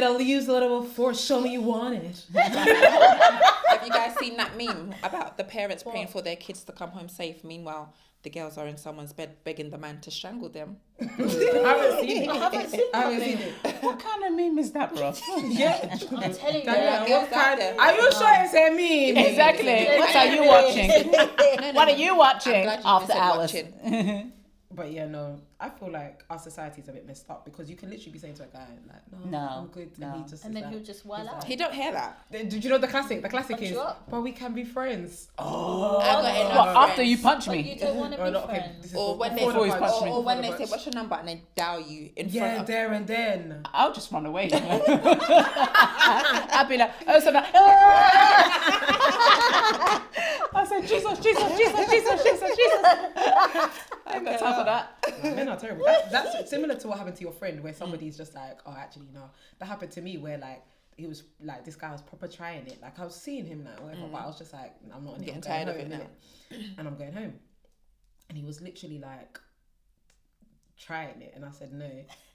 want
you to use a little before. Show me you want it.
Have you guys seen that meme about the parents praying for their kids to come home safe? Meanwhile, the girls are in someone's bed begging the man to strangle them.
I haven't seen it.
I haven't seen
I haven't seen it.
What kind of meme is that, bro?
Yeah.
I'm telling you.
Daniel,
Yeah,
Yeah.
girls
what
out
kind-
there.
Are you sure it's a meme?
exactly. What are you watching? What are you
I'm
watching
glad you
after
said
hours?
watching.
But yeah, no, I feel like our society is a bit messed up because you can literally be saying to a guy like, "No,
No,
I'm good,"
no.
and he just
And
is
then
like-
he'll just while out.
He don't hear that.
Th- Did you know the classic? The classic
Punch
is,
you up.
"But we can be friends."
I got enough
What after
friends.
you punch
But you
me?
don't want to
Or
be
not, okay, this
friends.
is
or
before
when they
the
or,
Before the
punch.
punch.
or, when they
Before the
say
punch.
what's your number and they dial you in
yeah,
front of
there and then.
I'll just run away. I'll be like, oh, so now- I said, Jesus, Jesus, Jesus, Jesus, Jesus, Jesus. I ain't got time for that.
Men are terrible. That, that's similar to what happened to your friend, where somebody's just like, oh, actually, no. That happened to me, where like he was like this guy was proper trying it. Like I was seeing him like whatever, but I was just like, I'm not in it,
Mm. Getting
I'm
tired of
going
it
home, innit? and I'm going home. And he was literally like trying it, and I said no.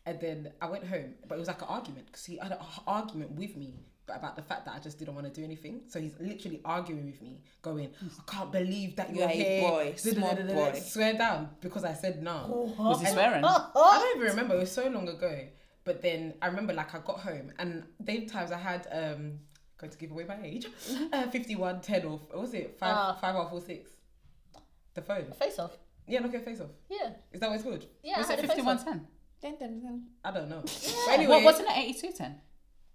And then I went home, but it was like an argument because he had an h- argument with me. but About the fact that I just didn't want to do anything, so he's literally arguing with me, going, "I can't believe that you're
You're a
here."
boy, small boy.
Swear down because I said no.
Was he swearing?
Oh,
I don't even remember. It was so long ago. But then I remember, like, I got home and they times I had um going to give away my age, uh, 51, 10 or what was it five
Ah.
five or four six, the phone.
Face off.
Yeah, look at face off.
Yeah.
Is that what it's called?
Yeah.
Was
I
it
had a face off.
5110?
Dun, dun, dun.
I don't know. But
Yeah.
anyway,
What, wasn't it 8210?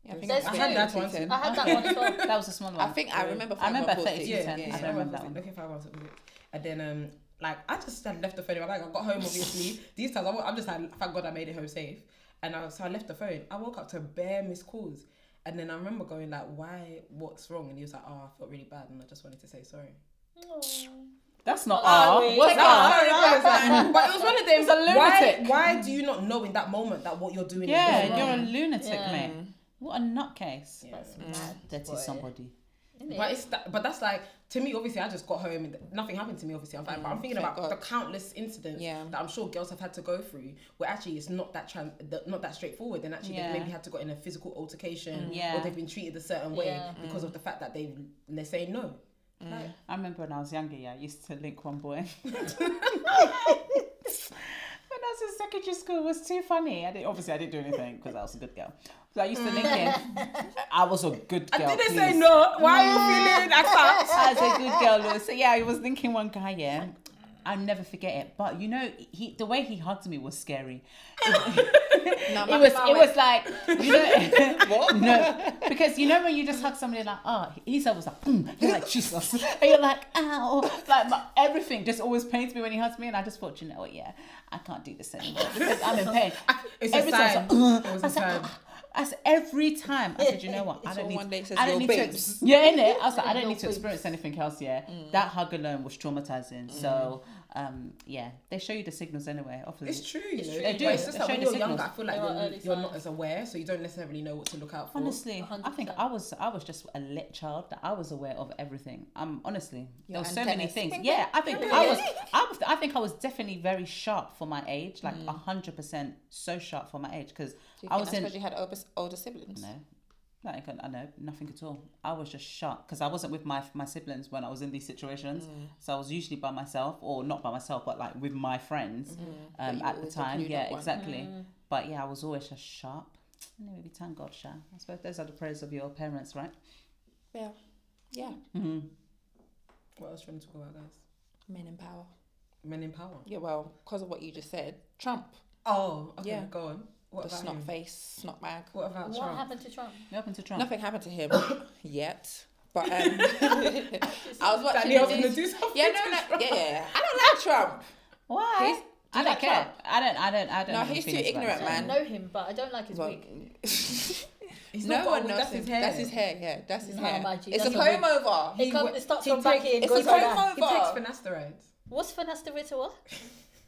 Yeah, I think
There's
I
I had
said
that
two
one
ten.
too.
I had that one as well.
That was a small one.
I think I remember.
I remember
five or six.
32
yeah,
ten.
yeah,
I don't
five or
remember that
six.
one.
Look at five or six. And then um. Like I just had left the phone in my bag. I got home obviously. These times I'm, I'm just like thank God I made it home safe. And I, so I left the phone. I woke up to bare missed calls. And then I remember going like, why? What's wrong? And he was like, oh, I felt really bad, and I just wanted to say sorry.
Mm.
That's not
Oh,
R.
wait.
What's
No,
R?
Sorry, I was like- but it was one of them.
He's a lunatic.
Why, why do you not know in that moment that what you're doing? is
Yeah,
wrong?
you're a lunatic,
Yeah.
mate. What a nutcase.
That's mad.
Dirty
boy.
somebody.
Innit?
But it's that, but that's like to me. Obviously, I just got home. and Nothing happened to me. Obviously, I'm fine.
Mm,
but I'm thinking
thank
about
God.
the countless incidents
Yeah.
that I'm sure girls have had to go through, where actually it's not that tran- the, not that straightforward, and actually
Yeah. Mm,
they've maybe had to got in a physical altercation,
Yeah. Mm.
or they've been treated a certain way
Yeah.
because of the fact that they they're saying no. Like,
I remember when I was younger, yeah, I used to link one boy. when I was in secondary school, it was too funny. I did, obviously, I didn't do anything because I was a good girl. So I used to link him. I was a good girl.
did they
please.
say no? Why are you feeling attacked?
I was a good girl, Lewis. So yeah, I was linking one guy, yeah. I'll never forget it. But you know, he the way he hugged me was scary.
No, my
It was
mum
it
went-
was like you know no because you know when you just hug somebody like oh his head was like mm, you're like Jesus and you're like ow like my, everything just always pains me when he hugs me and I just thought you know what yeah I can't do this anymore because I'm in pain.
It's
Every
a
time
sign.
I was
It was
I
a
said,
sign.
"Ah." I said, every time I said, you know what? I
So
don't need.
one day it says,
I don't
"Yo,
need to.
babes."
ex- Yeah, in it. I was like, I don't
Yo,
need to
babes.
experience anything else. Yeah,
Mm.
that hug alone was traumatizing. So, um, yeah, they show you the signals anyway. Often,
It's true, you know.
true.
They do.
But it's just that
They show
when
the
you're
signals.
younger, I feel like
There are
you're,
early
you're not
signs.
as aware, so you don't necessarily know what to look out for.
honestly, I think
100%.
I was I was just a lit child that I was aware of everything. Um, honestly,
Your
there were so many
antennas.
things.
Ding,
Yeah, I think I was I was I think I was definitely very sharp for my age. Like
Mm.
hundred percent so sharp for my age because
Do you
I
think
was
that's
in.
because you had older, older siblings?
No, like I know nothing at all. I was just shocked because I wasn't with my my siblings when I was in these situations.
Mm.
So I was usually by myself, or not by myself, but like with my friends um,
Mm. you Mm. were
at the
always the
time.
clued
Yeah,
up one.
exactly. But yeah, I was always just sharp. Anyway, we thank God, Sha. I suppose those are the prayers of your parents, right?
Yeah, yeah.
Mm-hmm.
What else do you want to talk about, guys?
Men in power.
Men in power.
Yeah, well, because of what you just said, Trump.
Oh, okay,
Yeah.
go on. What
the
about
snot
him?
face, snot bag.
What about
What
Trump?
happened to Trump?
You open to Trump?
Nothing happened to him yet. But um, I was watching.
Daniel's
the
gonna
news.
do something.
yeah, no, no, yeah, yeah. I don't like Trump.
Why?
He's- do
I
you
don't
like
care.
Trump?
I don't. I don't. I don't.
No,
have
he's too
opinions about
ignorant,
him.
I
man.
don't know him, but I don't like his
Well,
wig.
He's
no
not
one
bald,
knows
That's
him.
his hair. Oh
That's his hair. Yeah, that's his
No,
hair.
my G,
it's a
that's a
comb over.
It, come,
wa-
it starts
he
from back
take-
here and
it's
goes
a
like
comb
that.
He
over.
takes finasteroids.
What's Vanessa Ritter? What?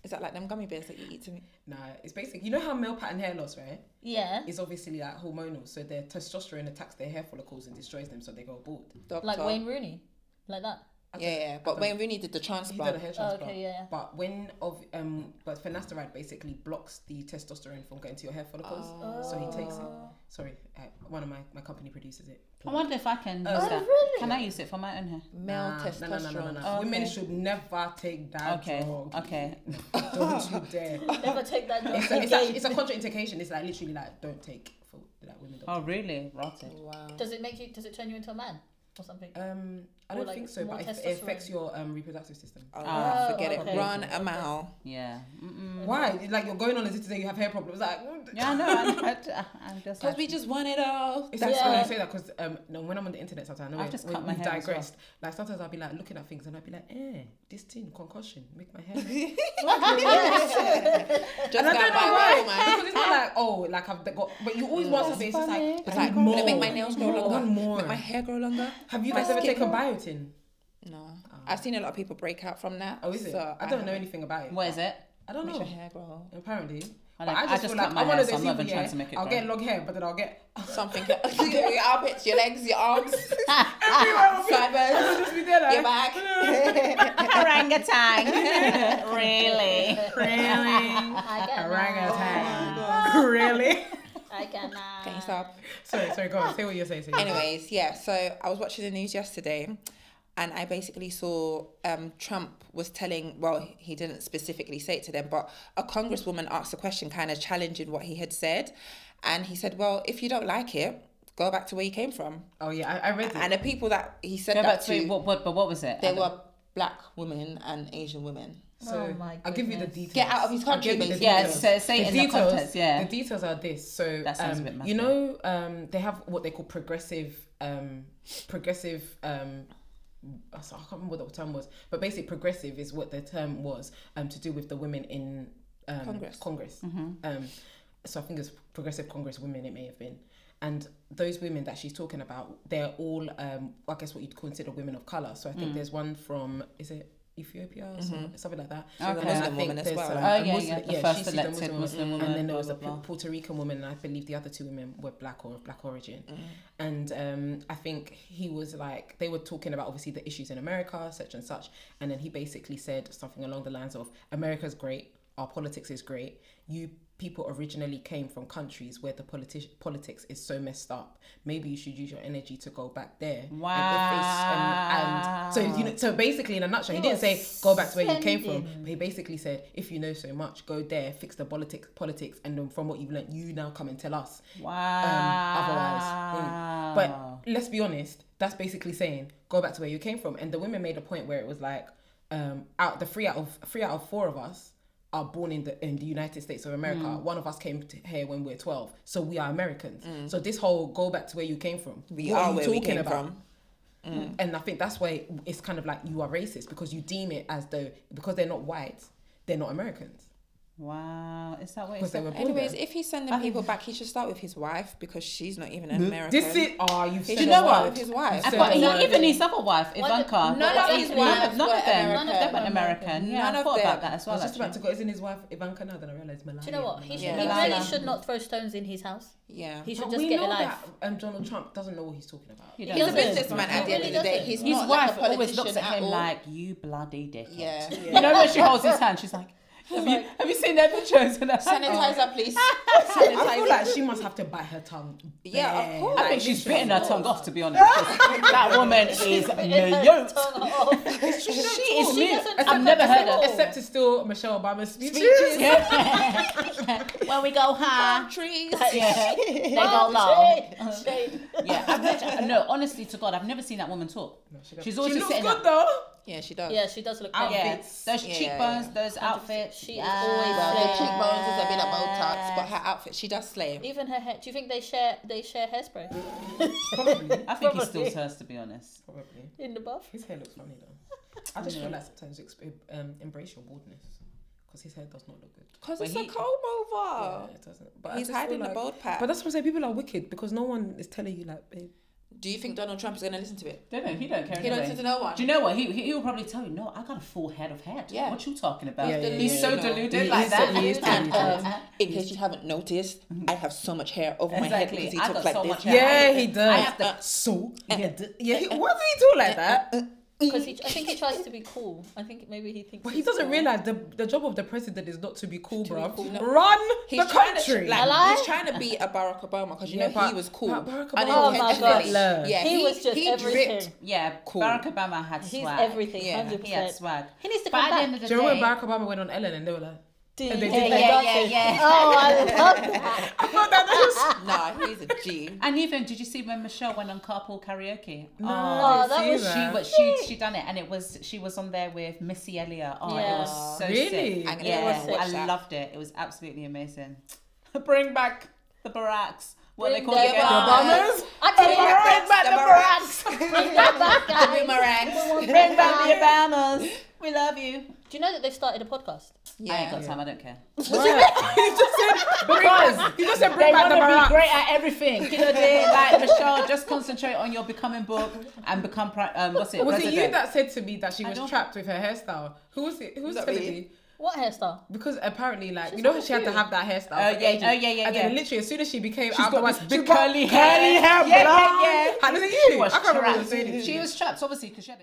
Is that like them gummy bears that you eat to me?
No, it's basic. You know how male pattern hair loss, right?
Yeah.
Is obviously like hormonal. So their testosterone attacks their hair follicles and destroys them, so they go bald.
Doctor.
Like Wayne Rooney. Like that.
Yeah, yeah. But Wayne Rooney did the
He did a
transplant.
hair
Oh,
transplant.
okay, yeah. yeah.
But when of um, but finasteride basically blocks the testosterone from going to your hair follicles,
Oh.
so he takes it. Sorry, uh, one of my my company produces it.
I wonder if I can use
Oh,
that.
really?
Can I use it for my own hair?
Male
Nah,
testosterone.
Ah, No, no, no, no, no.
Oh,
Women
okay.
should never take that
Okay.
drug.
Okay.
Don't you dare.
Never take that.
It's a, it's, a, it's a contraindication. It's like literally like don't take for like women. Don't.
Oh really? Rotted.
Wow. Oh,
Does it make you? Does it turn you into a man or something?
Um, I
Or,
don't
like,
think so,
more
but it, it affects
testosterone.
your um reproductive system.
Oh,
Ah,
forget it.
okay.
Run a mile.
Yeah. Mm-mm.
Um, Why? Like you're going on as if to say you have hair problems. Like mm,
Yeah. I know. I, I, I, am just.
Because
Like,
we just want it all.
It's actually
Yeah.
when you say that because um, no, when I'm on the internet sometimes, I know
I've
when-
just
when
cut my
we've
hair as well.
digressed. Like sometimes I'll be like looking at things and I'll be like, eh, this thing concussion make my hair. red."
Just
and I don't
got
know
by
why
way, man.
because it's not like oh like I've got, but you always want something. It's just like
funny.
I
It's
need
like, I'm gonna make
more.
my nails grow
I want
longer.
more.
Make my hair grow longer.
Have you guys ever taken biotin?
No, I've seen a lot of people break out from that.
Ah. Oh, is it?
so
I don't know
haven't.
anything about it.
what is it?
I don't
Makes
know.
your hair grow.
Apparently.
I
But
like- I just cut my
I'm one
hair,
of those
so I'm not even
people,
trying
yeah,
to make it
I'll
grow.
get long hair, but then I'll get
Something. your armpits, your legs, your arms,
everywhere. will be-
fibers,
I'll just be there
your
like,
back.
Orangutan.
really?
really?
I can.
Orangutan. Really?
I can.
Can you stop?
Sorry, sorry, go on. Say what you're saying. Say what you're saying.
Anyways, yeah. So I was watching the news yesterday, and I basically saw um, Trump was telling. Well, he didn't specifically say it to them, but a congresswoman asked a question, kind of challenging what he had said, and he said, "Well, if you don't like it, go back to where you came from."
Oh, yeah, I, I read it.
And the people that he said
Go
that
back
to,
to what, what? But what was it?
they were black women and Asian women.
So
Oh my
I'll give you the
goodness.
details.
Get out of his
I'll give
country,
you the
basically.
Yeah.
details.
So say it in the context. Yeah.
The details are this. So
That sounds a bit
um,
messy.
you know, um, they have what they call progressive, um, progressive. Um, I s- I can't remember what the term was, but basically, progressive is what the term was um, to do with the women in um,
Congress.
Mm-hmm.
Um, so I think it's progressive Congress women. It may have been. And those women that she's talking about, they're all, um, I guess, what you'd consider women of color. So I think
Mm.
there's one from, is it Ethiopia or some- something like that?
Mm-hmm.
And
Okay.
then I
Muslim
think
woman as
there's,
well,
um,
right?
a
Oh, yeah,
Muslim-
yeah, the
yeah,
first
she's the
elected
Muslim
Muslim
woman,
woman,
and then there was
blah,
a
blah, blah.
Pu- Puerto Rican woman, and I believe the other two women were black or of black origin.
Mm-hmm.
And um, I think he was like, they were talking about obviously the issues in America, such and such. And then he basically said something along the lines of America's great, our politics is great. You people originally came from countries where the politi- politics is so messed up. Maybe you should use your energy to go back there. and
Wow.
efface- And, and so, you know, so basically, in a nutshell, he
You
didn't
are
say go back to where you came from.
sending
But he basically said, if you know so much, go there, fix the politics, politics, and then from what you've learned, you now come and tell us.
Wow.
Um, otherwise, mm.
Ah.
but let's be honest. That's basically saying go back to where you came from. And the women made a point where it was like, um, out the three out of three out of four of us are born in the in the United States of America.
Mm.
One of us came to here when we are twelve, so we are Americans. So this whole go back to where you came from.
Mm. We
what
are
you
where we
talking
came
about? Mm.
from. Mm.
And I think that's why it's kind of like you are racist because you deem it as though because they're not white, they're not Americans
wow. Is that what?
because
It's
they were
like?
born
Anyways,
there.
if he's sending people back, he should start with his wife because she's not even an American.
This is oh, you
He
said
should
it.
start with his wife.
So-
but
None
not
of
even his other wife,
One-
Ivanka.
none of
Exactly.
his
None
wives
of, none
were
of them.
None of
American.
them
Them were American. Yeah,
None
I
of
thought about
them.
that as
I
well.
was just about to
actually.
go. Isn't his wife Ivanka now? Then I realized Melania.
Do you know what? He, should,
Yeah,
he
that's
really
fine.
should not throw stones in his house.
yeah.
He should
But
just
we
get a
know
life.
that um, Donald Trump doesn't know what he's talking about.
You
He's
He's
don't
a
know.
businessman at the end of the day. He's
He
His
not
wife
like a
always
politician
looks at him
all.
like you bloody dickhead.
yeah.
You know when she holds his hand, she's like, "Have you have you seen their pictures?" And I'm like,
Sanitizer, please.
ah,
I feel
Sanitizer.
like she must have to bite her tongue.
Yeah, of
bare.
course.
I think she's bitten her tongue off. To be honest, that woman is no yoke.
Turn her off.
She is
She
me.
doesn't
I've
talk
never
at
heard
all.
her.
Except it's still Michelle Obama's speeches.
when we go high,
Trees.
yeah, they go
Oh,
long.
shade, shade.
Yeah, I've literally- no, honestly to God, I've never seen that woman talk. She's
She
always just
looks
sitting
good
up.
though.
Yeah, she does.
Yeah, she does look
Outfit.
great.
Yeah,
Outfits.
those
Yeah,
cheekbones,
yeah.
those
100%.
outfits.
She is always
Well,
Yeah.
the cheekbones is a bit of Botox, but her outfit, she does slay.
Even her hair. Do you think they share they share hairspray
Probably,
I think he steals
Probably.
hers, to be honest.
probably.
in the bathroom?
His hair looks funny though. I just feel like sometimes exp- um, embrace your baldness because his hair does not look good.
Because
But
it's
he-
a comb over.
Yeah, it doesn't. But I
Oh. He's
just feel
hiding the
like-
bald patch.
But that's what I say. People are wicked because no one is telling you like, babe.
Do you think Donald Trump is going to listen to it?
Don't know. He don't care.
He don't
anyway.
listen to no one.
Do you know what? He he will probably tell you, no, I got a full head of hair.
Yeah.
What you talking about?
Yeah, yeah,
He's so
yeah.
deluded
He
like
is-
that.
he is
And
deluded.
um, in case you haven't noticed, I have so much hair over my head
Exactly.
because he
I've
talks
got
like
so
this.
much hair. Yeah,
he does.
I have to-
so yeah, d- yeah. He, why does he do like
Uh,
that?
Because he, I think he tries to be cool. I think maybe he thinks.
But he
he's
doesn't
cool.
realize the the job of the president is not to be cool,
be
bro.
cool, no.
Run
He's
the
trying
country.
To, like,
Hello?
He's trying to be a Barack Obama because you
Yeah,
know
but-
he was cool.
but Barack Obama-
Oh my
Unintentionally.
God.
Yeah,
He was just
he dripped.
everything.
Yeah,
Cool.
Barack Obama had
He's
swag.
everything.
Yeah.
Hundred
He had
percent.
swag.
He needs to
But
come
at the end
back.
of the
Do you remember
day,
when Barack Obama went on Ellen and they were like,
Do
And they
you-
did
that. Yeah,
that's
yeah,
it.
yeah.
Oh, I love that.
I thought that that was.
Nah, he's a G.
and even did you see when Michelle went on carpool karaoke?
No,
Oh,
I didn't
that
see
was-
that.
she was she she done it, and it was she was on there with Missy Elliott. Oh, it
Yeah.
was so
Really?
sick.
I'm
gonna
Yeah,
watch
I
that.
loved it. It was absolutely amazing. Bring back the Baracks. What are they
Bring
called
the
again?
Baracks.
Obamas?
I tell you what,
The
bring that back, guys. We want
Barack.
Bring back the Obamas.
Obamas. We love you.
Do you know that they've started a podcast?
I ain't got
Yeah.
time. I don't care.
Why? he just said because he just said
They
bring back the
want to be
Barack.
great at everything. You know, they like Michelle. Just concentrate on your becoming book and become pri- um, what's it?
Was it you
president.
that said to me that she
I
was
don't-
trapped with her hairstyle? Who was it? Who was
Not
telling
me.
me?
What hairstyle?
Because apparently, like you
She's
know,
quite
she had to
cute.
have that hairstyle.
Oh,
for
yeah,
ages.
oh, yeah, yeah,
And
yeah.
then literally, as soon as she became
She's
out,
got
the
this
world,
big
she got
curly hair.
curly hair,
Yeah, yeah,
blonde.
yeah.
How did you?
She was
I can't remember who was
trapped.
saying it.
She was trapped, obviously, because she had